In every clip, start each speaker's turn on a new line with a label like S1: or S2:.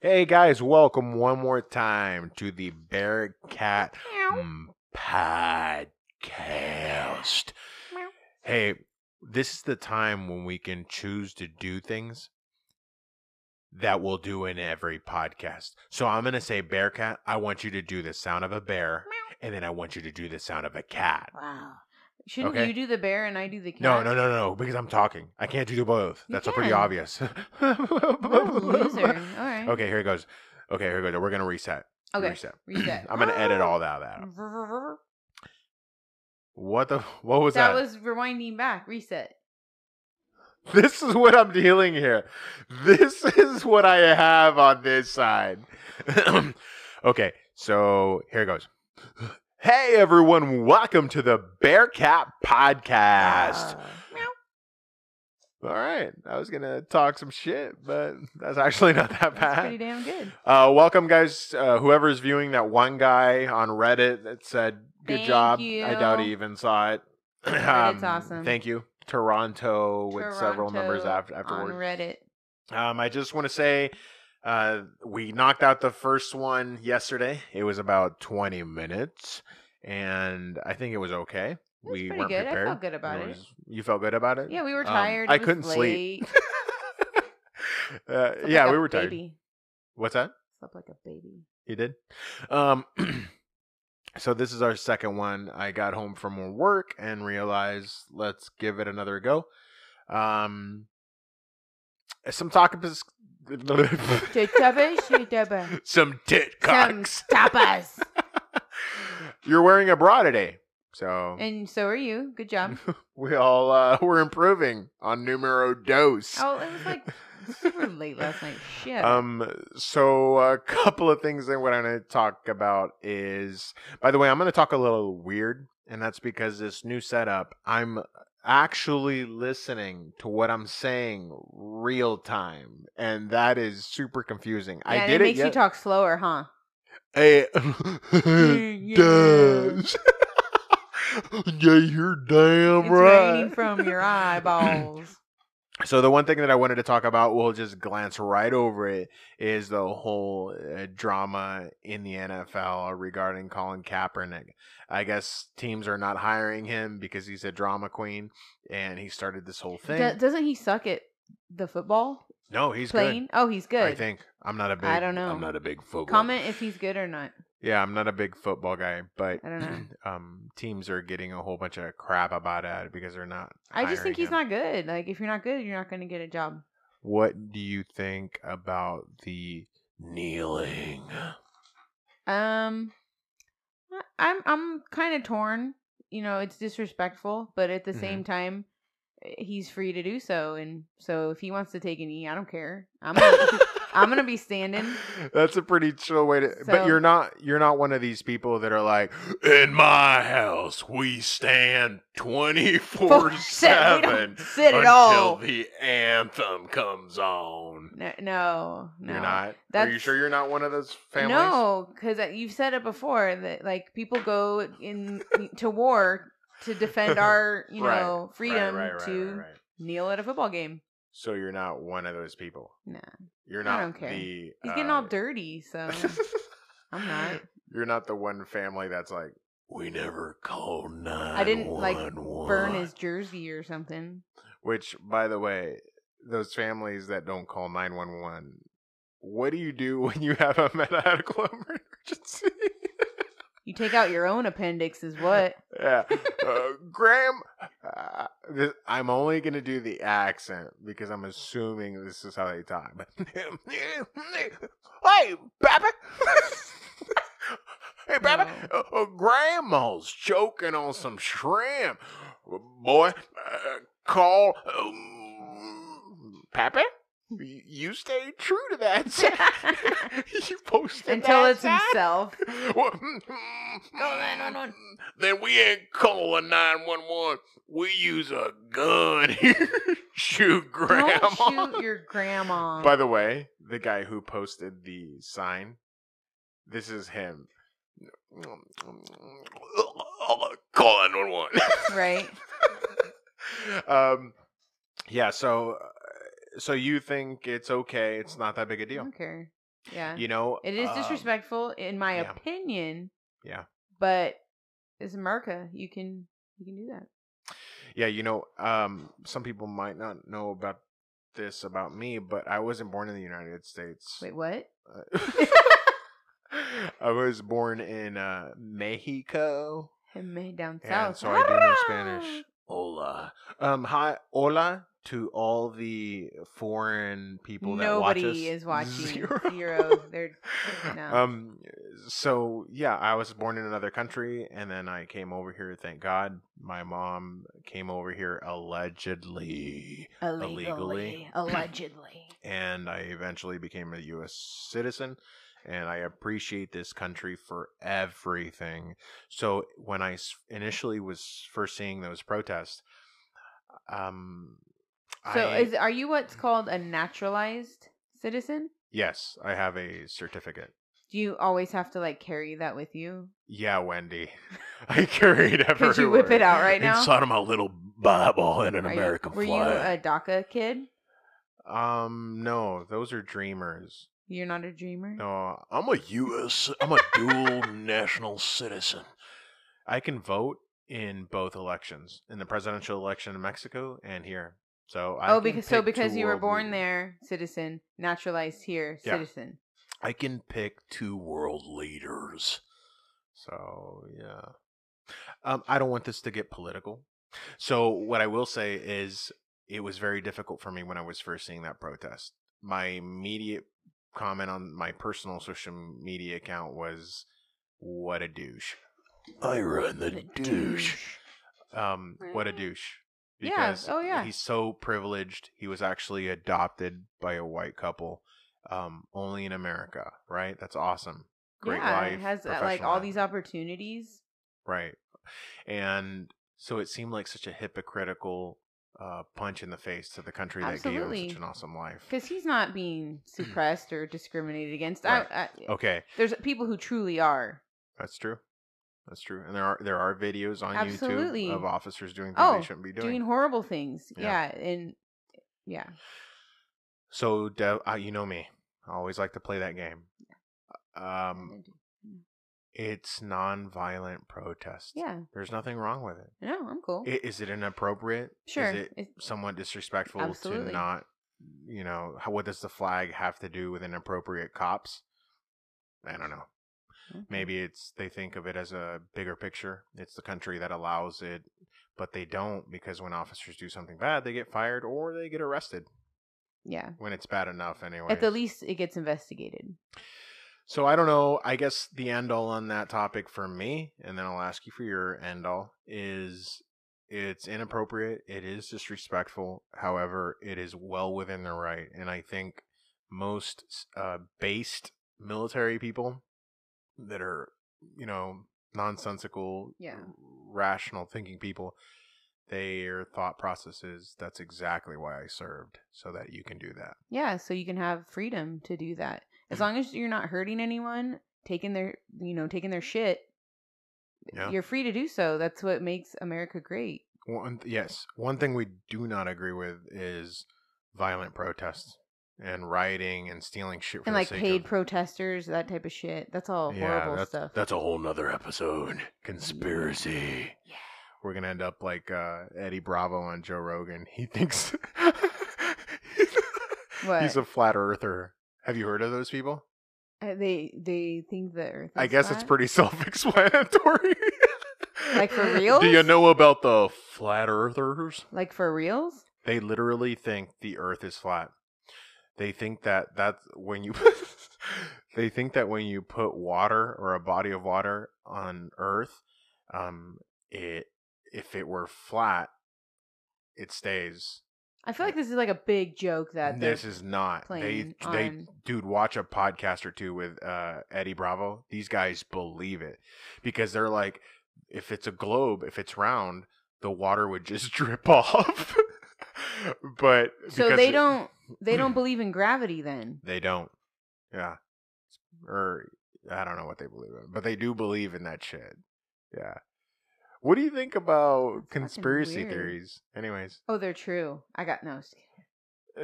S1: Hey guys, welcome one more time to the Bear Cat mm, Podcast. Hey, this is the time when we can choose to do things that we'll do in every podcast. So I'm going to say, Bear Cat, I want you to do the sound of a bear, and then I want you to do the sound of a cat.
S2: Wow. Shouldn't
S1: Okay.
S2: you do the bear and I do the cat?
S1: No, no, no, no, because I'm talking. I can't do both.
S2: You
S1: That's pretty
S2: can.
S1: obvious.
S2: Oh, loser. All right.
S1: Okay, here it goes. Okay, here it goes. We're gonna reset.
S2: Okay,
S1: Reset.
S2: reset. Oh. Mm.
S1: I'm gonna edit all that out.
S2: That
S1: What the? What was that?
S2: That was rewinding back. Reset.
S1: This is what I'm dealing here. This is what I have on this side. okay, so here it goes. Hey everyone, welcome to the Bearcat Podcast.
S2: Ah.
S1: All right, I was gonna talk some shit, but that's actually not that
S2: That's
S1: bad.
S2: pretty damn good.
S1: Uh, welcome, guys. Uh, whoever's viewing that one guy on Reddit that said, "Good
S2: Thank
S1: job." I
S2: you.
S1: doubt he even saw it. Um,
S2: Reddit's awesome.
S1: Thank you, Toronto, with several numbers
S2: Toronto
S1: after
S2: on
S1: afterwards.
S2: Reddit.
S1: Um, I just want to say, uh, we knocked out the first one yesterday. It was about twenty minutes, and I think it was okay.
S2: was
S1: we
S2: pretty
S1: weren't
S2: good. I
S1: prepared.
S2: felt good about it.
S1: You felt good about it.
S2: Yeah, we
S1: Um,
S2: were tired.
S1: I
S2: It was
S1: couldn't sleep.
S2: late.
S1: uh,
S2: Slept
S1: yeah,
S2: like
S1: we
S2: a
S1: were tired.
S2: Baby.
S1: What's that?
S2: Slept like a baby.
S1: You did? Um so this is our second one. I got home from work and realized let's give it another go. Um some topics
S2: Shit, dabba, shit, dabba.
S1: some tit
S2: Some
S1: cocks.
S2: tapas.
S1: You're wearing a bra today. So
S2: And so are you. Good job.
S1: we all uh, we're improving on numero dos.
S2: Oh, it was like super late last night. Shit.
S1: Um, so a couple of things that what I'm going to talk about is, by the way, I'm going to talk a little weird, and that's because this new setup, I'm actually listening to what I'm saying real time, and that is super confusing.
S2: yeah,
S1: I
S2: and
S1: did
S2: it
S1: it.
S2: makes you
S1: Yet-
S2: talk slower, huh?
S1: I-
S2: Yeah.
S1: does. yeah, you're damn
S2: It's
S1: right.
S2: raining from your eyeballs.
S1: So the one thing that I wanted to talk about, we'll just glance right over it, is the whole uh, drama in the NFL regarding Colin Kaepernick. I guess teams are not hiring him because he's a drama queen, and he started this whole thing.
S2: Do- doesn't he suck at the football
S1: no, he's
S2: playing? Oh, he's
S1: good.
S2: good.
S1: I think I'm not a big.
S2: I don't know.
S1: I'm not a big football.
S2: Comment if he's good or not.
S1: Yeah, I'm not a big football guy, but
S2: I don't
S1: um, teams are getting a whole bunch of crap about it because they're not.
S2: I just
S1: hiring
S2: think he's
S1: him.
S2: not good. Like if you're not good, you're not going to get a job.
S1: What do you think about the kneeling?
S2: Um, I- I'm I'm kind of torn. You know, it's disrespectful, but at the
S1: Mhm.
S2: same time, eh, he's free to do so. And so if he wants to take a knee, I don't care. I'm gonna, I'm gonna be standing.
S1: That's a pretty chill way to.
S2: So-
S1: but you're not you're not one of these people that are like, in my house we stand twenty four
S2: Sit- we
S1: seven
S2: don't sit at
S1: until
S2: all.
S1: the anthem comes on.
S2: No, no, no.
S1: You're not. Are you
S2: That's-
S1: sure you're not one of those families?
S2: No, because you've said it before that like people go in to war to defend our you
S1: Right,
S2: know
S1: Right,
S2: freedom
S1: right, right,
S2: to
S1: right, right.
S2: kneel at a football game.
S1: So you're not one of those people.
S2: Nah.
S1: You're
S2: I
S1: not
S2: don't care.
S1: the.
S2: He's getting
S1: Uh,
S2: all dirty, so I'm not.
S1: You're not the one family that's like. We never call nine.
S2: didn't, like, Burn his jersey or something.
S1: Which, by the way, those families that don't call 911, what do you do when you have a medical emergency?
S2: You take out your own appendix, is what?
S1: yeah. Uh, Graham, uh, this, I'm only going to do the accent because I'm assuming this is how they talk. But hey, Papa. hey, Papa. Uh, uh, grandma's choking on some shrimp. Boy, uh, call. Um, Papa? You you stay true to that. you posted
S2: Until
S1: that
S2: it's
S1: sign.
S2: himself.
S1: Well, Then we ain't calling 911. We use a gun here. shoot grandma.
S2: Don't shoot your grandma.
S1: By the way, the guy who posted the sign, this is him. Call 911.
S2: right?
S1: um, yeah, so uh, so you think it's okay. It's not that big a
S2: I
S1: deal.
S2: don't care. Yeah.
S1: You know,
S2: It is
S1: um,
S2: disrespectful, in my
S1: yeah.
S2: opinion.
S1: Yeah.
S2: But it's America. You can you can do that.
S1: Yeah, you know, um, some people might not know about this about me, but I wasn't born in the United States.
S2: Wait, what?
S1: Uh, I was born in uh, Mexico,
S2: Him down
S1: and
S2: south.
S1: so I do know
S2: Ah!
S1: Spanish. Hola, um, hi, hola to all the foreign people that watch us.
S2: Nobody is watching.
S1: Zero.
S2: Zero. They're No.
S1: Um, so yeah, I was born in another country, and then I came over here. Thank God, my mom came over here allegedly, Illegally.
S2: illegally, allegedly.
S1: and I eventually became a U.S. citizen. And I appreciate this country for everything. So when I s- initially was first seeing those protests, um,
S2: So,
S1: I,
S2: is are you what's called a naturalized citizen?
S1: yes, I have a certificate.
S2: Do you always have to like carry that with you?
S1: Yeah, Wendy. I carried everywhere.
S2: Could you whip it out right now?
S1: Inside of my little Bible and an
S2: Are you- uh
S1: American
S2: were
S1: flag.
S2: you a DACA kid?
S1: um, no, those are dreamers.
S2: You're not a dreamer.
S1: No, Uh, I'm a U.S. I'm a dual national citizen. I can vote in both elections, in the presidential election in Mexico and here. So I
S2: oh,
S1: can
S2: because so
S1: pick
S2: because
S1: two
S2: you were
S1: world
S2: born
S1: leaders.
S2: there, citizen, naturalized here,
S1: Yeah.
S2: citizen.
S1: I can pick two world leaders. So yeah, um, I don't want this to get political. So what I will say is, it was very difficult for me when I was first seeing that protest. My immediate comment on my personal social media account was, "What a douche." I run the, Um, what a
S2: Mm.
S1: douche.
S2: Yeah, oh, yeah.
S1: He's so privileged. He was actually adopted by a white couple, um, only in America, right? That's awesome. Great
S2: yeah,
S1: life.
S2: it has uh, like
S1: professional
S2: all
S1: life.
S2: these opportunities.
S1: Right. And so it seemed like such a hypocritical uh, punch in the face to the country that gave him
S2: Absolutely.
S1: such an awesome life.
S2: Because he's not being suppressed or discriminated against. I, I,
S1: Okay,
S2: There's people who truly are.
S1: that's true. That's true. And there are there are videos on
S2: Absolutely.
S1: YouTube of officers doing things
S2: Oh,
S1: they shouldn't be
S2: doing, horrible things.
S1: Yeah.
S2: Yeah. and yeah,
S1: So, Dev, uh, you know me. I always like to play that game. Um, it's nonviolent protest.
S2: yeah.
S1: There's nothing wrong with it.
S2: No, I'm cool.
S1: I- Is it inappropriate?
S2: sure.
S1: Is it
S2: It's-
S1: somewhat disrespectful to
S2: Absolutely.
S1: not, you know, how, what does the flag have to do with inappropriate cops? I don't know.
S2: Mm.
S1: Maybe it's they think of it as a bigger picture. It's the country that allows it, but they don't because when officers do something bad, they get fired or they get arrested
S2: Yeah.
S1: when it's bad enough anyway.
S2: At the least, it gets investigated.
S1: So I don't know. I guess the end all on that topic for me, and then I'll ask you for your end all, is it's inappropriate. It is disrespectful. However, it is well within their right. And I think most uh, based military people that are, you know, nonsensical,
S2: Yeah.
S1: rational thinking people, their thought processes, that's exactly why I served, so that you can do that.
S2: Yeah, so you can have freedom to do
S1: Mm.
S2: that. As long as you're not hurting anyone, taking their, you know, taking their shit,
S1: Yeah.
S2: you're free to do so. That's what makes America great.
S1: One yes, one thing we do not agree with is violent protests and rioting and stealing shit for
S2: and
S1: the
S2: like
S1: sake
S2: paid
S1: of-
S2: protesters, that type of shit. That's all horrible
S1: that's,
S2: stuff.
S1: That's a whole nother episode. Conspiracy.
S2: Yeah.
S1: We're gonna end up like uh, Eddie Bravo on Joe Rogan. He thinks he's
S2: What?
S1: a flat earther. Have you heard of those people?
S2: Uh, they they think the earth.
S1: I
S2: is
S1: guess it's
S2: flat?
S1: pretty self-explanatory.
S2: Like, for reals?
S1: Do you know about the flat earthers?
S2: like for reals.
S1: They literally think the Earth is flat. They think that that's when you. they think that when you put water or a body of water on Earth, um, it if it were flat, it stays.
S2: I feel like this is like a big joke that
S1: this
S2: they're-
S1: is not. They
S2: playing
S1: they
S2: on-
S1: dude, watch a podcast or two with uh Eddie Bravo. These guys believe it because they're like, if it's a globe, if it's round, the water would just drip off. but
S2: so
S1: because
S2: they
S1: it-
S2: don't they don't believe in gravity then.
S1: They don't. Yeah. Or I don't know what they believe in, but they do believe in that shit. Yeah. What do you think about
S2: That's fucking
S1: conspiracy
S2: weird.
S1: theories? Anyways,
S2: Oh, they're true. I got no.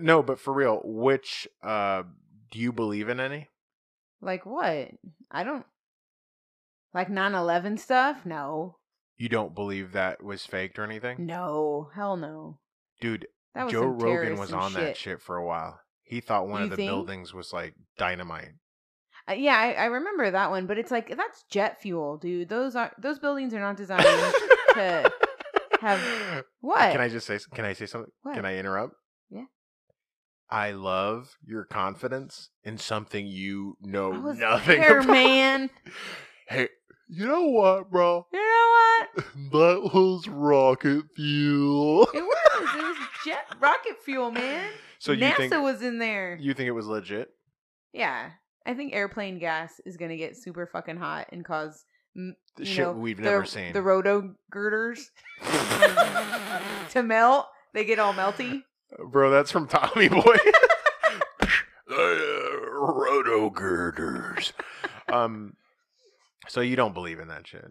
S1: no, but for real, which uh do you uh, believe in any?
S2: Like what? I don't like 9/11 stuff. No,
S1: You don't believe that was faked or anything?
S2: no, hell no.
S1: Dude,
S2: That was
S1: Joe
S2: some
S1: Rogan
S2: terrorist
S1: was
S2: and
S1: on that shit for a while. He thought one
S2: You
S1: of the
S2: think?
S1: buildings was like dynamite.
S2: Uh, yeah, I, I remember that one, but it's like that's jet fuel, dude. Those are those buildings are not designed to have- what?
S1: Can I just say s- can I say something?
S2: What?
S1: Can I interrupt?
S2: Yeah.
S1: I love your confidence in something you know
S2: I was
S1: nothing
S2: there,
S1: about.
S2: man.
S1: Hey, you know what, bro?
S2: You know what?
S1: That was rocket fuel.
S2: It was it was jet rocket fuel, man.
S1: So you
S2: NASA
S1: think
S2: was in there.
S1: you think it was legit?
S2: yeah, I think airplane gas is gonna get super fucking hot and cause mm,
S1: The
S2: you
S1: shit
S2: know,
S1: we've
S2: the,
S1: never seen.
S2: the roto girders to melt. They get all melty.
S1: Bro, that's from Tommy Boy. Uh, Roto girders. Um, so you don't believe in that shit?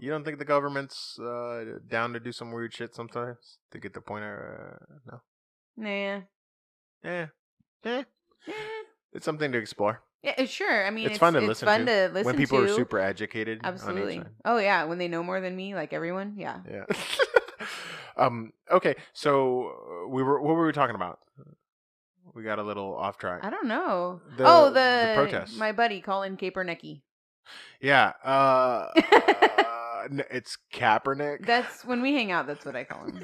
S1: You don't think the government's uh, down to do some weird shit sometimes to get the point? Uh, no.
S2: Nah.
S1: Yeah. Yeah.
S2: Eh.
S1: It's something to explore
S2: Yeah, uh, sure. I mean,
S1: It's
S2: it's,
S1: fun to listen
S2: fun
S1: to
S2: to listen
S1: when people
S2: to.
S1: are super educated. on each
S2: Absolutely.
S1: side.
S2: Oh yeah, when they know more than me, like everyone. Yeah.
S1: Yeah. um. Okay. So uh, we were. What were we talking about? We got a little off track.
S2: I don't know.
S1: The-
S2: oh,
S1: the
S2: the,
S1: protests.
S2: My buddy Colin Kaepernicky.
S1: Yeah. Uh, uh, n- it's Kaepernick.
S2: That's when we hang out. That's what I call him.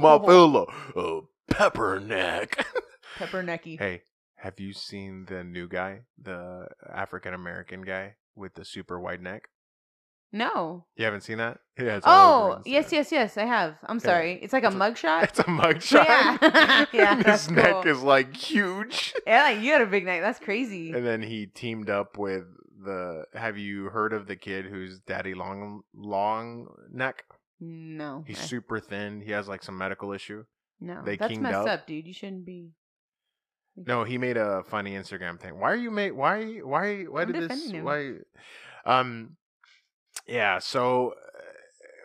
S1: My fellow uh, Pepperneck.
S2: Peppernecky.
S1: hey, have you seen the new guy, the African American guy with the super wide neck?
S2: No.
S1: You haven't seen that? Yeah. It's all
S2: Oh
S1: over
S2: yes,
S1: Instagram.
S2: yes, yes. I have. I'm
S1: Yeah.
S2: sorry. It's like a
S1: It's a-
S2: mugshot.
S1: It's a mugshot.
S2: Yeah. Yeah,
S1: And
S2: that's
S1: His neck
S2: cool.
S1: is like huge.
S2: yeah, you had a big night. That's crazy.
S1: And then he teamed up with the. Have you heard of the kid who's Daddy Long Long Neck?
S2: No.
S1: He's
S2: I-
S1: super thin. He has like some medical issue.
S2: no.
S1: they
S2: That's
S1: kinged
S2: messed
S1: up.
S2: up. dude. You shouldn't be.
S1: No, he made a funny Instagram thing. Why are you make why why why
S2: I'm
S1: did this
S2: defending him.
S1: why um yeah, so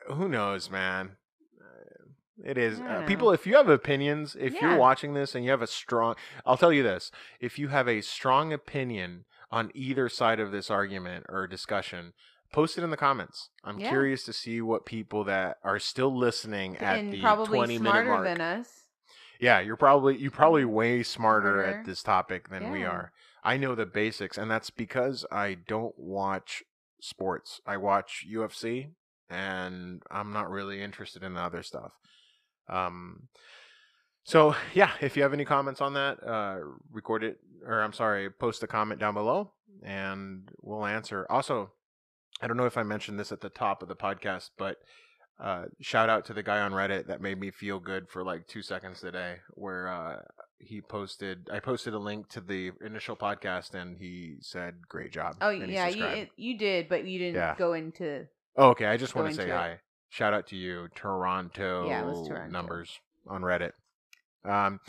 S1: uh, who knows, man. Uh, It is
S2: I
S1: uh,
S2: don't
S1: people
S2: know.
S1: if you have opinions, if
S2: Yeah.
S1: you're watching this and you have a strong I'll tell you this, if you have a strong opinion on either side of this argument or discussion, post it in the comments. I'm
S2: Yeah.
S1: curious to see what people that are still listening at
S2: and
S1: the
S2: probably
S1: 20 minute
S2: smarter
S1: mark.
S2: than us.
S1: Yeah, you're probably you probably way smarter
S2: Mm-hmm. Smarter.
S1: at this topic than we
S2: Yeah.
S1: are. I know the basics, and that's because I don't watch sports. I watch UFC, and I'm not really interested in the other stuff. Um, so yeah, if you have any comments on that, uh, record it, or I'm sorry, post a comment down below, and we'll answer. Also, I don't know if I mentioned this at the top of the podcast, but uh, shout out to the guy on Reddit that made me feel good for like two seconds today, where uh, he posted, I posted a link to the initial podcast, and he said, "Great job."
S2: Oh
S1: and he
S2: yeah, you
S1: subscribed.
S2: it, you did, but you didn't
S1: Yeah.
S2: go into
S1: Oh, okay, I just
S2: go
S1: want to say
S2: into it.
S1: hi. Shout out to you, Toronto,
S2: Yeah, it was Toronto.
S1: numbers on Reddit. Um,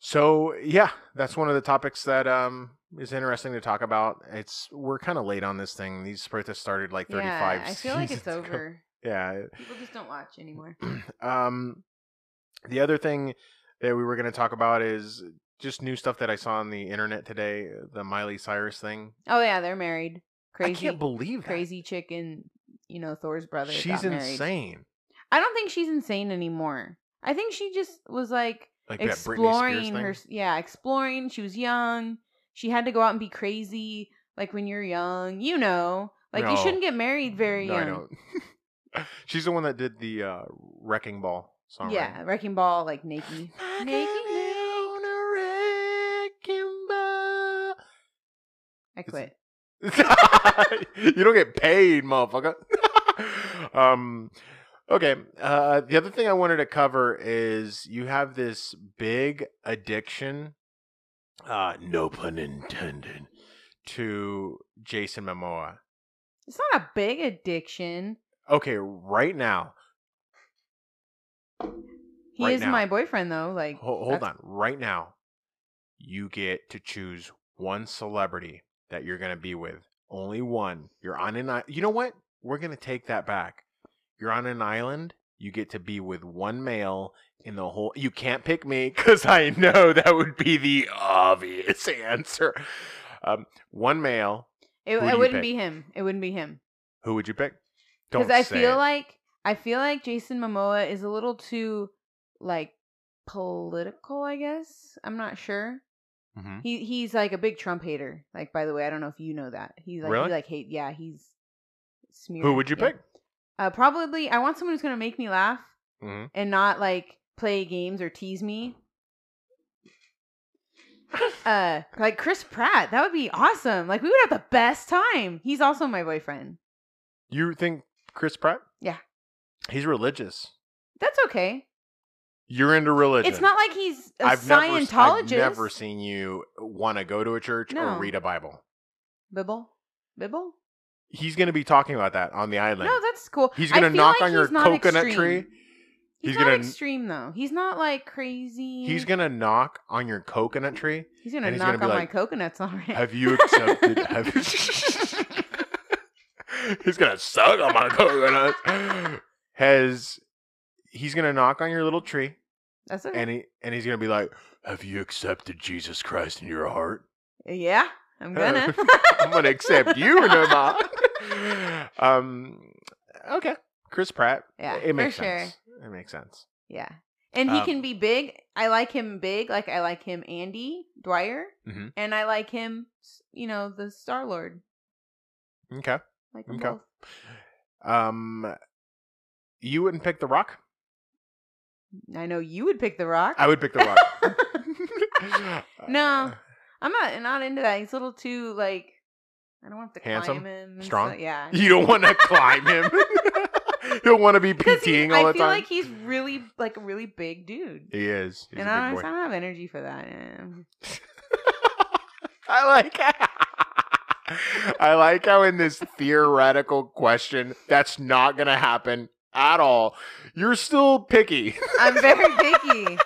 S1: so yeah, that's one of the topics that um is interesting to talk about. It's we're kind of late on this thing. These protests started like thirty five.
S2: Yeah, I feel like it's over.
S1: Yeah,
S2: People just don't watch anymore.
S1: um, the other thing that we were going to talk about is just new stuff that I saw on the internet today. The Miley Cyrus thing.
S2: Oh yeah, they're married. Crazy,
S1: I can't believe that.
S2: crazy chick and you know Thor's brother.
S1: She's
S2: got married.
S1: insane.
S2: I don't think she's insane anymore. I think she just was like
S1: Like that Britney Spears
S2: exploring
S1: thing.
S2: her. Yeah, exploring. She was young. She had to go out and be crazy. Like when you're young, you know, like you
S1: No.
S2: shouldn't get married very
S1: No,
S2: young.
S1: I don't. She's the one that did the uh, wrecking ball song.
S2: Yeah, wrecking ball like Nikki.
S1: Right?
S2: Naked I
S1: It's-
S2: quit.
S1: you don't get paid, motherfucker. um, okay. Uh, the other thing I wanted to cover is you have this big addiction. Uh, no pun intended. To Jason Momoa.
S2: It's not a big addiction.
S1: Okay, right now,
S2: He
S1: Right
S2: is
S1: now.
S2: my boyfriend though. Like
S1: Ho- hold
S2: that's-
S1: on. Right now, you get to choose one celebrity that you're going to be with. Only one. You're on an island. You know what? We're going to take that back. You're on an island. You get to be with one male in the whole. You can't pick me because I know that would be the obvious answer. Um, one male.
S2: It,
S1: Who do
S2: it
S1: you
S2: wouldn't
S1: pick?
S2: be him. It wouldn't be him.
S1: Who would you pick? Don't
S2: Because I
S1: say
S2: feel
S1: it.
S2: like I feel like Jason Momoa is a little too like political. I guess I'm not sure.
S1: Mhm.
S2: He he's like a big Trump hater. Like by the way, I don't know if you know that. He's like
S1: Really?
S2: he like hate. Yeah, he's smeared.
S1: Who would you
S2: yeah.
S1: pick?
S2: Uh, probably I want someone who's gonna make me laugh
S1: Mhm.
S2: and not like play games or tease me. Uh, like Chris Pratt, that would be awesome. Like we would have the best time. He's also my boyfriend.
S1: You think Chris Pratt?
S2: Yeah.
S1: He's religious.
S2: That's okay.
S1: You're into religion.
S2: It's not like he's a
S1: I've never,
S2: Scientologist.
S1: I've never seen you want to go to a church
S2: No.
S1: or read a Bible.
S2: Bibble, Bibble.
S1: He's going to be talking about that on the island.
S2: no, that's cool.
S1: he's
S2: I
S1: going to
S2: feel
S1: knock
S2: like
S1: on your
S2: he's not
S1: coconut
S2: extreme.
S1: tree.
S2: He's,
S1: He's
S2: not
S1: gonna-
S2: extreme though. He's not like crazy.
S1: He's going to knock on your coconut tree.
S2: He's gonna
S1: and he's
S2: knock
S1: gonna be
S2: on my
S1: like,
S2: coconuts already.
S1: Have you accepted? have he's going to suck on my coconut. Has he's going to knock on your little tree
S2: That's okay.
S1: and he and he's going to be like, "Have you accepted Jesus Christ in your heart?"
S2: yeah, I'm gonna.
S1: I'm gonna accept you in a month. Um, okay, Chris Pratt.
S2: Yeah,
S1: it makes
S2: for sure.
S1: sense. It makes sense.
S2: Yeah. And he
S1: Um,
S2: can be big. I like him big. Like I like him Andy Dwyer.
S1: Mhm.
S2: And I like him, s- you know, the Star Lord.
S1: Okay.
S2: Like them
S1: Okay.
S2: both.
S1: Um, you wouldn't pick The Rock.
S2: I know you would pick The Rock.
S1: I would pick The Rock. Uh,
S2: No. I'm not not into that. He's a little too like I don't want to
S1: Handsome?
S2: climb him. and
S1: Strong?
S2: stuff. yeah.
S1: you don't want to climb him. you don't want to be
S2: Because he-
S1: PTing
S2: I
S1: all the
S2: feel
S1: time.
S2: like he's really like a really big dude.
S1: he is. He's
S2: and
S1: a big
S2: I don't, I
S1: boy.
S2: don't have energy for that. eh.
S1: I like I like how in this theoretical question that's not gonna happen at all. You're still picky.
S2: I'm very picky.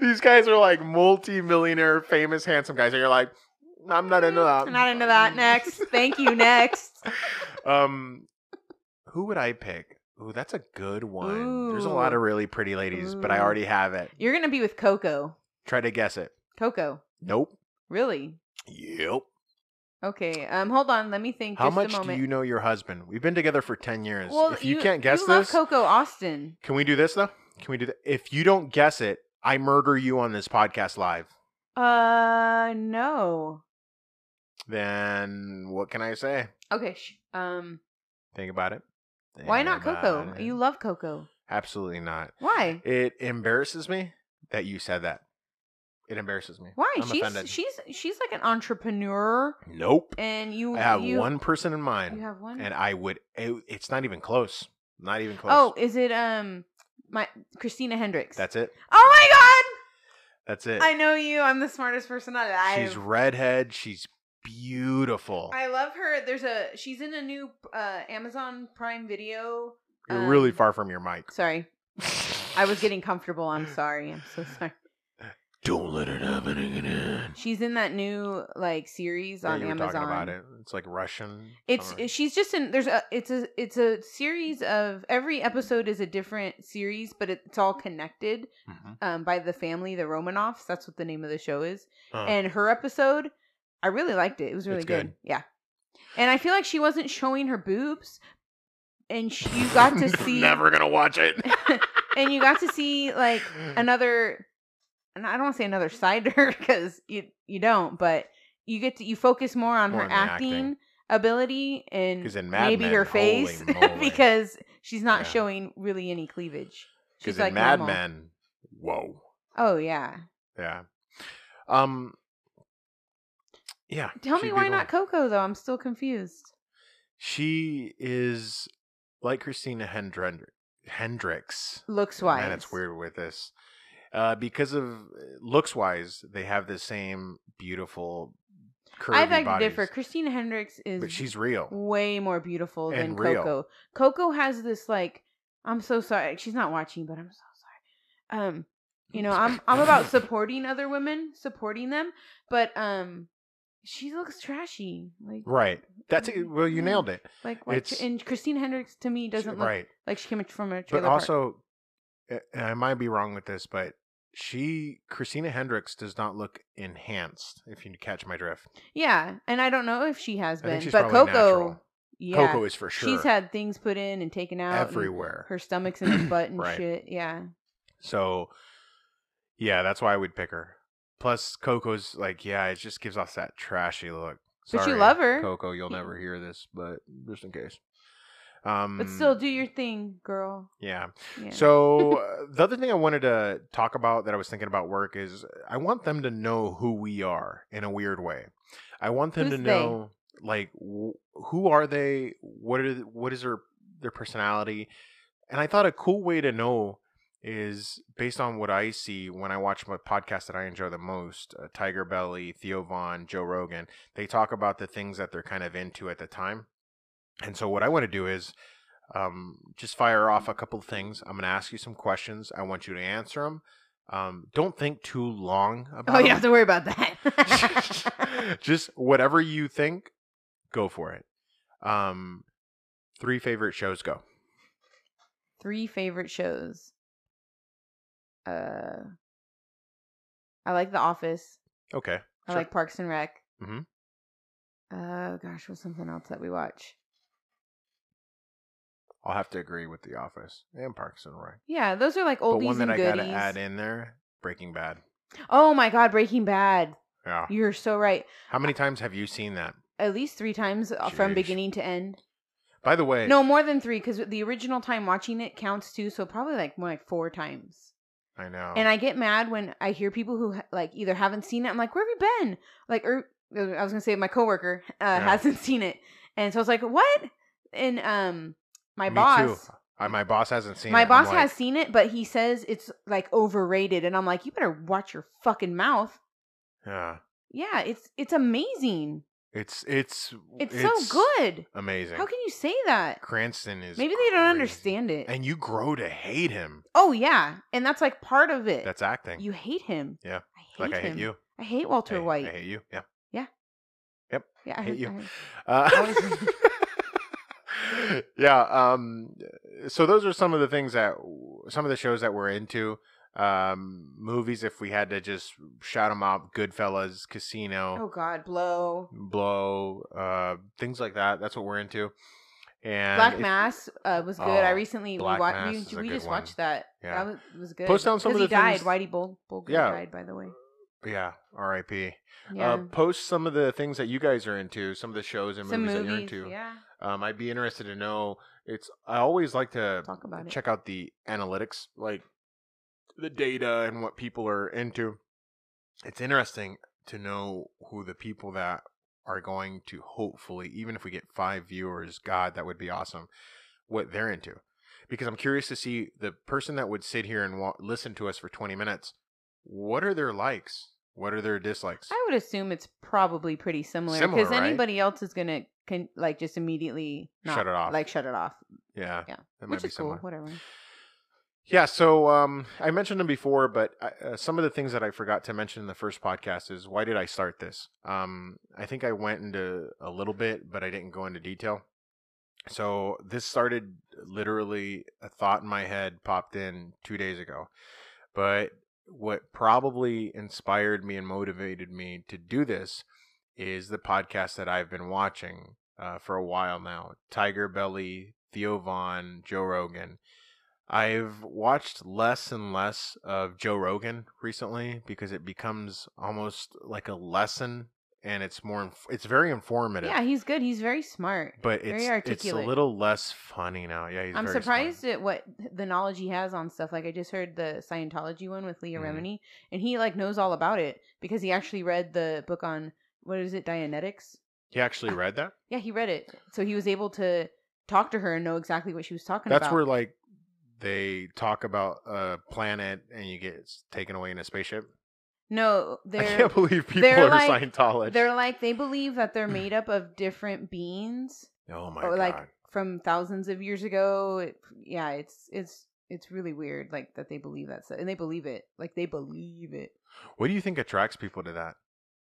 S1: These guys are like multi-millionaire, famous, handsome guys, and you're like, I'm not into that.
S2: I'm not into that. Next. Thank you. Next.
S1: Um, who would I pick? Ooh, that's a good one. There's a lot
S2: Ooh.
S1: of really pretty ladies, but I
S2: Ooh.
S1: already have it.
S2: You're gonna be with Coco.
S1: Try to guess it.
S2: Coco.
S1: Nope.
S2: Really?
S1: Yep.
S2: Okay. Um. Hold on. Let me think.
S1: How
S2: just
S1: much
S2: a
S1: do
S2: moment.
S1: you know your husband? We've been together for 10 years.
S2: Well,
S1: if you, can't guess
S2: you love
S1: this,
S2: Coco Austin.
S1: can we do this though? Can we do that? If you don't guess it, I murder you on this podcast live.
S2: Uh. No.
S1: Then what can I say?
S2: Okay. Sh- um.
S1: Think about it. Think
S2: Why not
S1: about
S2: Coco?
S1: it.
S2: You love Coco.
S1: Absolutely not.
S2: Why?
S1: It embarrasses me that you said that. It embarrasses me.
S2: Why?
S1: I'm
S2: she's
S1: offended.
S2: she's she's like an entrepreneur,
S1: nope.
S2: and you
S1: I have
S2: you,
S1: one person in mind,
S2: You have one.
S1: and I would. It, it's not even close. Not even close.
S2: oh, is it um my Christina Hendricks?
S1: that's it.
S2: Oh
S1: That's it.
S2: my God! I know you. I'm the smartest person alive.
S1: She's redhead. She's beautiful.
S2: I love her. There's a she's in a new uh Amazon Prime Video.
S1: You're really
S2: um,
S1: far from your mic.
S2: Sorry, I was getting comfortable. I'm sorry. I'm so sorry.
S1: Don't let it happen again.
S2: She's in that new like series
S1: Yeah,
S2: on
S1: you were
S2: Amazon.
S1: talking about it. It's like Russian.
S2: It's
S1: something.
S2: she's just in there's a it's a it's a series of every episode is a different series, but it's all connected
S1: Mhm.
S2: um by the family, the Romanovs. That's what the name of the show is.
S1: Huh.
S2: And her episode, I really liked it. It was really
S1: It's
S2: good.
S1: good.
S2: Yeah. And I feel like she wasn't showing her boobs, and she, you got to see
S1: Never gonna watch it.
S2: and you got to see like another and I don't want to say another side to her because you you don't, but you get to you focus more on
S1: More
S2: her
S1: on the
S2: acting,
S1: acting.
S2: ability and
S1: 'Cause in Mad
S2: maybe
S1: Men,
S2: her face
S1: holy moly.
S2: because she's not
S1: Yeah.
S2: showing really any cleavage. She's
S1: Because in
S2: like
S1: Mad
S2: normal.
S1: Men, whoa,
S2: Oh yeah.
S1: yeah, um, yeah.
S2: Tell
S1: she'd
S2: me
S1: be
S2: why
S1: the
S2: not
S1: one.
S2: Coco though? I'm still confused.
S1: She is like Christina Hendren- Hendricks.
S2: Looks wise.
S1: Man, it's weird with this. Uh, because of looks wise, they have the same beautiful curvy
S2: I beg to
S1: bodies,
S2: differ. Christina Hendricks is
S1: but she's real.
S2: way more beautiful than
S1: And real.
S2: Coco. Coco has this like I'm so sorry. She's not watching, but I'm so sorry. Um, you know, I'm I'm about supporting other women, supporting them, but um she looks trashy. Like
S1: Right. That's it. Well, you
S2: Yeah.
S1: nailed it.
S2: like what
S1: it's-
S2: and Christina Hendricks to me Mm-hmm. doesn't look
S1: right.
S2: like she came from a trailer
S1: But
S2: park.
S1: also, a- and I might be wrong with this, but she Christina Hendricks does not look enhanced. If you catch my drift,
S2: Yeah, and I don't know if she has
S1: I think
S2: been,
S1: she's
S2: but
S1: probably
S2: Coco,
S1: natural.
S2: yeah,
S1: Coco is for sure.
S2: she's had things put in and taken out. and
S1: everywhere.
S2: Her stomach's in her butt and
S1: Right.
S2: shit. Yeah,
S1: So, yeah, that's why I would pick her. Plus, Coco's like, yeah, it just gives off that trashy look.
S2: But you
S1: Sorry,
S2: love her.
S1: Coco. You'll never hear this, but just in case. Um,
S2: but still, do your thing, girl.
S1: yeah.
S2: Yeah.
S1: So uh, the other thing I wanted to talk about that I was thinking about work is I want them to know who we are in a weird way. I want them to
S2: Who's they?
S1: know like wh- who are they? What are what is their their personality? And I thought a cool way to know is based on what I see when I watch my podcast that I enjoy the most, uh, Tiger Belly, Theo Vaughn, Joe Rogan. They talk about the things that they're kind of into at the time. And so what I want to do is um, just fire off a couple of things. I'm going to ask you some questions. I want you to answer them. Um, don't think too long about
S2: oh, you
S1: 'em.
S2: have to worry about that.
S1: just whatever you think, go for it. Um, three favorite shows go.
S2: Three favorite shows. Uh, I like The Office.
S1: Okay.
S2: I like Parks and Rec.
S1: Mhm. Mm-hmm.
S2: Uh, gosh, what's something else that we watch?
S1: I'll have to agree with The Office and Parks and Rec.
S2: Yeah, those are like
S1: But
S2: oldies
S1: one that
S2: and
S1: I
S2: goodies.
S1: gotta add in there, Breaking Bad.
S2: Oh my God, Breaking Bad.
S1: Yeah.
S2: You're so right.
S1: How many times have you seen that?
S2: At least three times uh, from
S1: Jeez.
S2: beginning to end.
S1: By the way,
S2: No, more than three because the original time watching it counts too. So probably like more like four times.
S1: I know.
S2: And I get mad when I hear people who ha- like either haven't seen it. I'm like, where have you been? Like, er, I was gonna say my coworker uh,
S1: Yeah.
S2: hasn't seen it, and so I was like, what? And um, my
S1: Me
S2: boss,
S1: too. I, my boss hasn't seen it.
S2: my
S1: I'm
S2: boss
S1: like,
S2: has seen it, but he says it's like overrated, and I'm like, you better watch your fucking mouth.
S1: Yeah.
S2: Yeah, it's it's amazing.
S1: It's Oh, it's
S2: It's, so good.
S1: Amazing.
S2: How can you say that?
S1: Cranston is
S2: Maybe they don't
S1: crazy.
S2: understand it.
S1: And you grow to hate him.
S2: oh yeah, and that's like part of it.
S1: That's acting.
S2: you hate him.
S1: Yeah.
S2: I hate
S1: like I
S2: him.
S1: hate you.
S2: I hate Walter
S1: Hey,
S2: White.
S1: I hate you. Yeah.
S2: yeah, I
S1: hate
S2: heard-
S1: you.
S2: I heard-
S1: Uh, yeah. Um, so those are some of the things that some of the shows that we're into. Um, movies, if we had to just shout them out, Goodfellas, Casino,
S2: Oh God, blow.
S1: Blow, uh, things like that. That's what we're into. And
S2: Black
S1: if-
S2: Mass uh, was good. I
S1: Oh,
S2: recently we,
S1: Black
S2: wa-
S1: Mass
S2: we,
S1: is a
S2: we
S1: good
S2: just
S1: one.
S2: watched that.
S1: Yeah.
S2: That was, was good.
S1: Post down some of
S2: 'Cause
S1: the
S2: he died.
S1: things-
S2: Whitey Bull Bulger
S1: Yeah.
S2: died, by the way.
S1: Yeah. R.I.P.
S2: Yeah.
S1: Uh, post some of the things that you guys are into, some of the shows and
S2: Some
S1: movies,
S2: movies.
S1: that you're into.
S2: Yeah.
S1: Um, I'd be interested to know. It's I always like to
S2: Talk about it.
S1: Uh, check out the analytics, like the data and what people are into. It's interesting to know who the people that are going to hopefully, even if we get five viewers, God, that would be awesome, what they're into. Because I'm curious to see the person that would sit here and wa- listen to us for 20 minutes, what are their likes? What are their dislikes?
S2: I would assume it's probably pretty similar
S1: Similar,
S2: because
S1: right?
S2: anybody else is gonna can, like just immediately not,
S1: Shut it off.
S2: Like shut it off,
S1: yeah.
S2: yeah,
S1: That
S2: which is cool.
S1: similar.
S2: Whatever.
S1: Yeah, so um, I mentioned them before, but I, uh, some of the things that I forgot to mention in the first podcast is why did I start this? Um, I think I went into a little bit, but I didn't go into detail. So this started literally a thought in my head popped in two days ago. But what probably inspired me and motivated me to do this is the podcast that I've been watching uh, for a while now Tiger Belly, Theo Vaughn, Joe Rogan. I've watched less and less of Joe Rogan recently because it becomes almost like a lesson and it's more inf- it's very informative
S2: Yeah, he's good. He's very smart.
S1: but
S2: Very
S1: it's it's a
S2: articulate.
S1: little less funny now. Yeah, he's
S2: I'm
S1: very
S2: surprised
S1: smart.
S2: at what the knowledge he has on stuff. Like I just heard the Scientology one with Leah
S1: Mhm.
S2: Remini, and he like knows all about it because he actually read the book on what is it, Dianetics?
S1: He actually read that.
S2: Yeah, he read it, so he was able to talk to her and know exactly what she was talking
S1: That's
S2: about.
S1: where like they talk about a planet and you get s- taken away in a spaceship.
S2: no,
S1: I
S2: they're
S1: can't believe people
S2: they're
S1: are
S2: like-
S1: Scientologists.
S2: they're like they believe that they're made up of different beings,
S1: oh my
S2: or
S1: god!
S2: like from thousands of years ago. It, yeah, it's it's it's really weird, like that they believe that stuff, and they believe it, like they believe it.
S1: what do you think attracts people to that?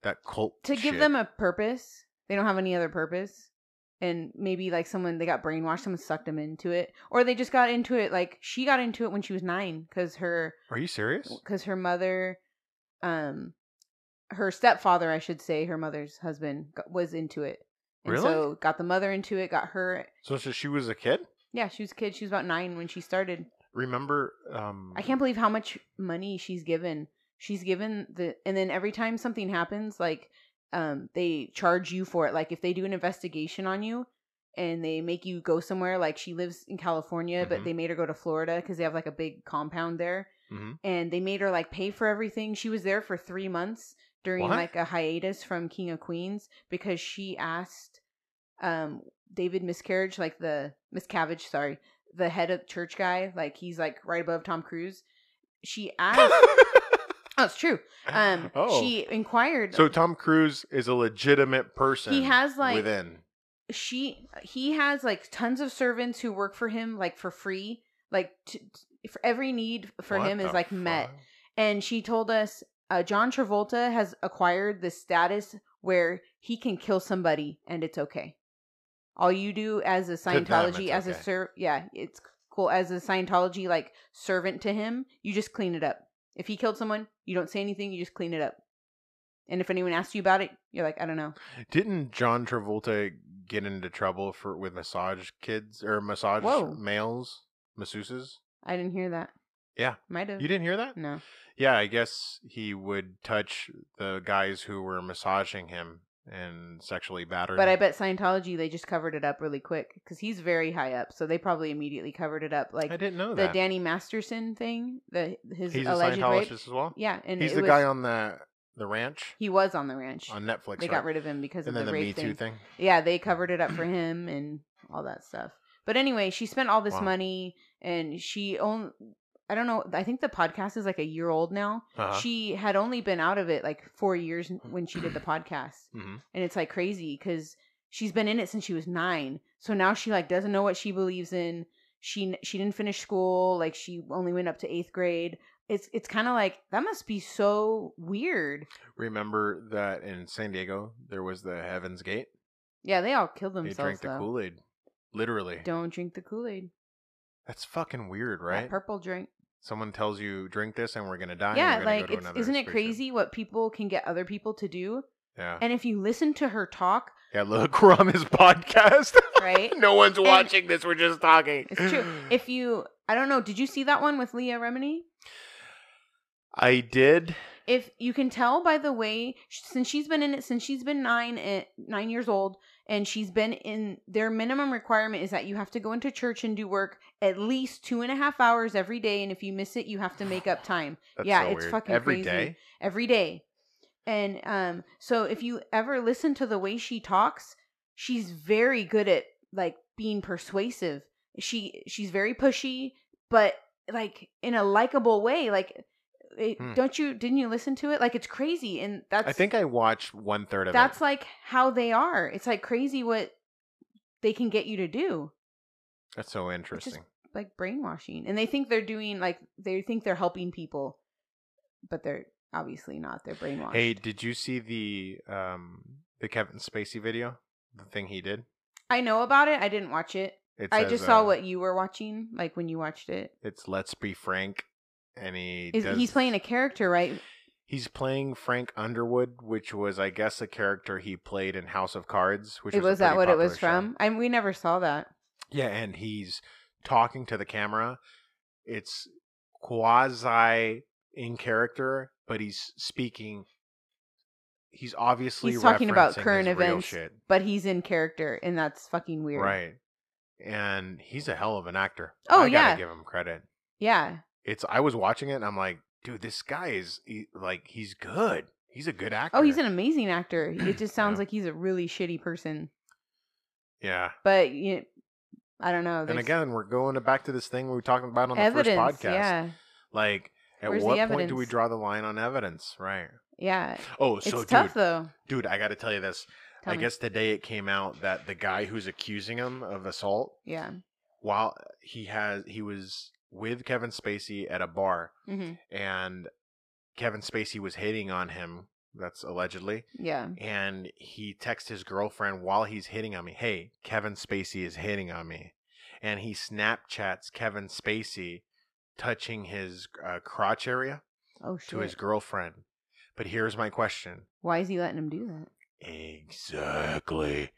S1: That cult
S2: to give
S1: shit?
S2: them a purpose. They don't have any other purpose. and maybe like someone they got brainwashed, someone sucked them into it, or they just got into it. Like she got into it when she was nine because her
S1: Are you serious?
S2: because her mother, um, her stepfather, I should say, her mother's husband got, was into it. And
S1: Really?
S2: So got the mother into it, got her.
S1: So, so she was a kid.
S2: Yeah, she was a kid. She was about nine when she started.
S1: Remember? Um,
S2: I can't believe how much money she's given. She's given the, and then every time something happens, like, um, they charge you for it. Like if they do an investigation on you, and they make you go somewhere. Like she lives in California,
S1: Mhm.
S2: but they made her go to Florida because they have like a big compound there,
S1: Mhm.
S2: and they made her like pay for everything. She was there for three months during
S1: What?
S2: like a hiatus from King of Queens because she asked, um, David Miscarriage, like the Miscavige, sorry, the head of church guy, like he's like right above Tom Cruise. She asked. oh, it's true. Um,
S1: oh.
S2: she inquired.
S1: so Tom Cruise is a legitimate person.
S2: He has, like-
S1: within.
S2: she he has like tons of servants who work for him like for free like t- t- for every need for
S1: What
S2: him
S1: the
S2: is like met
S1: fuck?
S2: and she told us uh, john travolta has acquired the status where he can kill somebody and it's okay all you do as
S1: them,
S2: a scientology
S1: it's
S2: as
S1: okay.
S2: a serv yeah it's cool as a scientology like servant to him you just clean it up if he killed someone you don't say anything you just clean it up and if anyone asks you about it you're like i don't know
S1: Didn't John Travolta get into trouble for with massage kids or massage
S2: Whoa.
S1: males, masseuses?
S2: i didn't hear that
S1: Yeah.
S2: might have
S1: You didn't hear that?
S2: no
S1: Yeah, I guess he would touch the guys who were massaging him and sexually batter.
S2: But I
S1: them.
S2: bet Scientology they just covered it up really quick because he's very high up, so they probably immediately covered it up,
S1: I
S2: like
S1: didn't know
S2: the
S1: that.
S2: Danny Masterson thing, the his
S1: He's a
S2: alleged
S1: Scientologist
S2: rape.
S1: as well.
S2: Yeah, and
S1: He's
S2: it
S1: the
S2: was-
S1: guy on the the ranch
S2: He was on the ranch.
S1: on Netflix.
S2: they
S1: right?
S2: got rid of him because
S1: and then
S2: of the,
S1: the, Me
S2: rape
S1: Too
S2: thing.
S1: thing.
S2: Yeah, they covered it up for him and all that stuff. But anyway, she spent all this
S1: Wow.
S2: money, and she only. I don't know. I think the podcast is like a year old now.
S1: Uh-huh.
S2: She had only been out of it like four years when she did the podcast
S1: Mhm.
S2: and it's like crazy because she's been in it since she was nine so now she like doesn't know what she believes in she she didn't finish school like she only went up to eighth grade it's it's kind of like that must be so weird
S1: Remember that in San Diego there was the Heaven's Gate.
S2: yeah they all killed
S1: They drank
S2: themselves
S1: the
S2: though
S1: Kool Aid, literally.
S2: don't drink the kool-aid
S1: That's fucking weird,
S2: That
S1: right?
S2: purple drink
S1: Someone tells you drink this and we're gonna die. and
S2: yeah
S1: we're gonna go
S2: like
S1: to
S2: it's,
S1: another
S2: isn't it
S1: extinction."
S2: crazy what people can get other people to do
S1: Yeah.
S2: and if you listen to her talk
S1: Yeah. Look, we're on this podcast.
S2: right
S1: no one's watching this. We're just talking.
S2: it's true if you i don't know did you see that one with leah remini
S1: I did.
S2: if you can tell by the way since she's been in it since she's been nine and nine years old and she's been in their minimum requirement is that you have to go into church and do work at least two and a half hours every day and if you miss it you have to make up time
S1: That's
S2: Yeah,
S1: so
S2: it's
S1: weird.
S2: fucking
S1: Every
S2: crazy.
S1: day?
S2: every day and um so if you ever listen to the way she talks she's very good at like being persuasive she she's very pushy but like in a likable way like it,
S1: Hmm.
S2: don't you didn't you listen to it like it's crazy and that's
S1: I think I watched one third of
S2: that's
S1: it.
S2: like how they are it's like crazy what they can get you to do
S1: That's so interesting.
S2: like brainwashing and they think they're doing like they think they're helping people but they're obviously not they're brainwashed
S1: Hey, did you see the um the Kevin Spacey video? The thing he did.
S2: I know about it. I didn't watch it.
S1: It
S2: I
S1: says,
S2: just saw
S1: uh,
S2: what you were watching, like when you watched it.
S1: It's Let's Be Frank, and he
S2: Is,
S1: does-
S2: he's playing a character, right?
S1: He's playing Frank Underwood, which was, I guess, a character he played in House of Cards. Which
S2: It
S1: was,
S2: was
S1: a
S2: that
S1: pretty
S2: what it
S1: popular show.
S2: was from? I we never saw that.
S1: Yeah, and he's talking to the camera. It's quasi in character, but he's speaking. He's obviously
S2: He's talking about
S1: referencing
S2: current
S1: his real
S2: events,
S1: shit.
S2: But he's in character, and that's fucking weird.
S1: right? And he's a hell of an actor.
S2: Oh,
S1: I
S2: yeah.
S1: gotta give him credit.
S2: Yeah.
S1: It's I was watching it and I'm like, dude, this guy is he, like he's good. He's a good actor.
S2: Oh, he's an amazing actor. It just sounds
S1: Yeah.
S2: like he's a really shitty person.
S1: yeah.
S2: But you I don't know.
S1: And
S2: there's
S1: again, we're going back to this thing we talked about on the
S2: evidence.
S1: first podcast.
S2: Yeah.
S1: Like, at
S2: Where's the
S1: what point do we
S2: evidence?
S1: draw the line on evidence? Right.
S2: Yeah.
S1: Oh,
S2: It's
S1: so dude,
S2: tough though.
S1: dude, I got to tell you this.
S2: Tell
S1: I
S2: me.
S1: guess today it came out that the guy who's accusing him of assault,
S2: Yeah.
S1: while he has he was with Kevin Spacey at a bar,
S2: hmm
S1: and Kevin Spacey was hitting on him That's allegedly.
S2: Yeah.
S1: And he texts his girlfriend while he's hitting on me, "Hey, Kevin Spacey is hitting on me," and he Snapchats Kevin Spacey touching his uh, crotch area
S2: Oh shit.
S1: to his girlfriend. But here's my question:
S2: Why is he letting him do that?
S1: Exactly.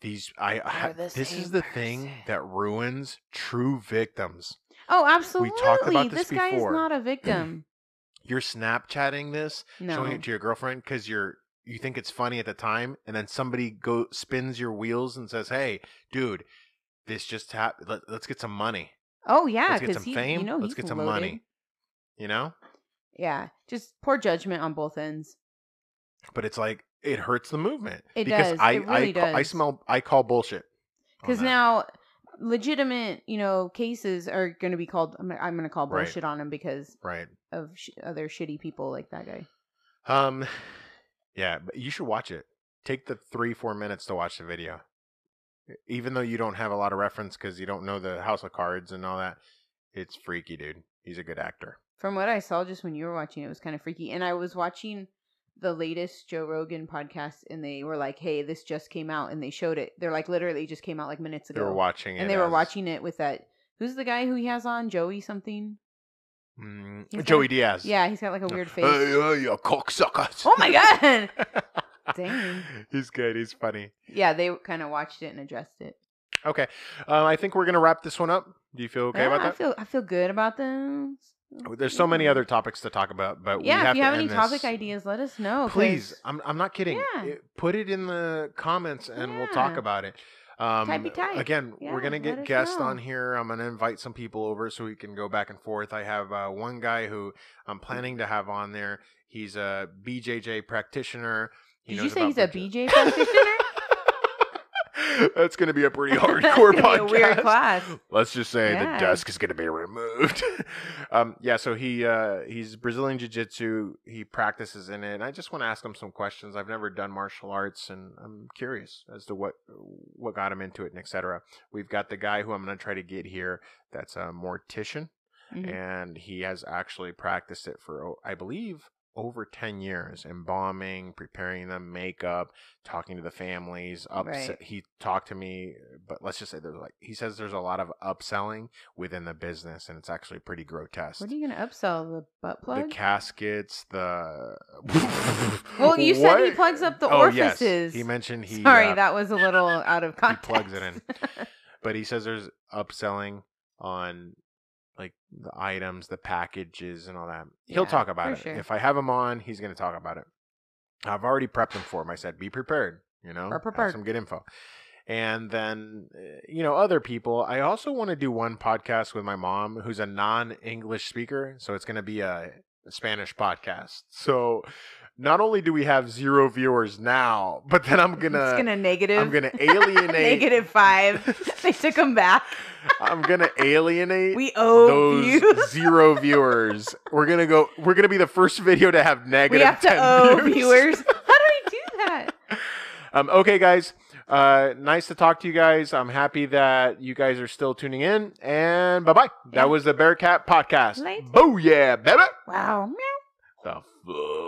S1: These I, I
S2: They're the
S1: this is
S2: same
S1: the thing
S2: person.
S1: that ruins true victims.
S2: Oh, absolutely.
S1: talked about this
S2: guy is
S1: before.
S2: not a victim.
S1: You're Snapchatting this,
S2: No.
S1: showing it to your girlfriend because you're you think it's funny at the time, and then somebody go spins your wheels and says, "Hey, dude, this just happened. Let, let's get some money.
S2: oh yeah,
S1: let's get
S2: because
S1: some
S2: he,
S1: fame.
S2: you know,
S1: let's
S2: he's
S1: get some
S2: loaded.
S1: money." You know,
S2: Yeah, just poor judgment on both ends.
S1: but it's like it hurts the movement
S2: It
S1: because
S2: does.
S1: I
S2: It
S1: I,
S2: really
S1: ca- I
S2: does.
S1: smell I call bullshit. on
S2: Because
S1: that.
S2: now, legitimate, you know, cases are going to be called. I'm, gonna- I'm going to call
S1: Right.
S2: bullshit on him because
S1: right.
S2: of sh- other shitty people like that guy.
S1: Um, yeah, but you should watch it. Take the three four minutes to watch the video, E, even though you don't have a lot of reference because you don't know the House of Cards and all that. It's freaky, dude. He's a good actor.
S2: From what I saw, just when you were watching, it was kind of freaky. And I was watching the latest Joe Rogan podcast, and they were like, "Hey, this just came out," and they showed it. They're like, literally, it just came out like minutes
S1: They
S2: ago.
S1: were watching it,
S2: and they were
S1: as-
S2: watching it with that. Who's the guy who he has on? Joey something?
S1: Mm,
S2: He's
S1: Joey
S2: like-
S1: Diaz.
S2: Yeah, he's got like a
S1: No.
S2: weird
S1: Hey,
S2: face.
S1: hey, you cocksuckers.
S2: Oh my god!
S1: Dang.
S2: Dang.
S1: He's good. He's funny.
S2: Yeah, they kind of watched it and addressed it.
S1: Okay, um, I think we're gonna wrap this one up. Do you feel okay
S2: Yeah,
S1: about that?
S2: I feel I feel good about them.
S1: There's so many other topics to talk about, but we
S2: Yeah,
S1: have
S2: if you
S1: to
S2: have
S1: end
S2: any
S1: this.
S2: topic ideas, let us know. 'cause-
S1: please i'm, I'm not kidding
S2: Oh, Yeah.
S1: It- put it in the comments and we'll talk
S2: Yeah.
S1: about it um,
S2: Typey type.
S1: again we're
S2: Yeah,
S1: gonna
S2: let
S1: get
S2: us
S1: guests on
S2: know.
S1: here i'm gonna invite some people over so we can go back and forth i have uh, one guy who i'm planning to have on there he's a bjj practitioner He
S2: Did you
S1: knows
S2: say
S1: about
S2: he's a
S1: bridge-
S2: BJ practitioner?
S1: that's gonna be a pretty
S2: That's
S1: hardcore
S2: gonna be a
S1: podcast
S2: weird class.
S1: Let's just say
S2: Yeah.
S1: the dusk is going to be removed. um, yeah, so he uh, he's Brazilian Jiu Jitsu. He practices in it. And I just want to ask him some questions. I've never done martial arts, and I'm curious as to what what got him into it, and etc. We've got the guy who I'm going to try to get here. That's a mortician,
S2: Mhm.
S1: and he has actually practiced it for oh, I believe over 10 years embalming preparing them makeup talking to the families upset
S2: Right.
S1: he talked to me but let's just say there's like he says there's a lot of upselling within the business and it's actually pretty grotesque
S2: What are you gonna upsell the butt
S1: the
S2: plug?
S1: caskets the
S2: well, Oh, you said he
S1: What?
S2: plugs up the
S1: Oh, yes.
S2: orifices.
S1: he mentioned he
S2: Sorry,
S1: uh,
S2: that was a little out of context.
S1: plugs it in. but he says there's upselling on like the items, the packages, and all that. He'll
S2: Yeah,
S1: talk about
S2: for
S1: it.
S2: sure.
S1: If I have him on, he's going to talk about it. I've already prepped him for him. I said, be prepared. You know,
S2: Are
S1: Have
S2: prepared.
S1: some good info. And then, uh, you know, other people. I also want to do one podcast with my mom, who's a non-English speaker, so it's going to be a Spanish podcast. So, not only do we have zero viewers now, but then I'm gonna,
S2: it's gonna negative.
S1: I'm gonna alienate
S2: negative five. they took him back.
S1: I'm gonna alienate
S2: We owe
S1: those
S2: you.
S1: zero viewers. We're gonna go. We're gonna be the first video to have
S2: We
S1: negative.
S2: have to
S1: 10
S2: owe
S1: views.
S2: viewers. How do I do that?
S1: Um, okay, guys. Uh, nice to talk to you guys. I'm happy that you guys are still tuning in. And bye bye.
S2: Yeah.
S1: That was the Bearcat podcast.
S2: Later.
S1: Boo yeah, baby.
S2: Wow.
S1: The fuck.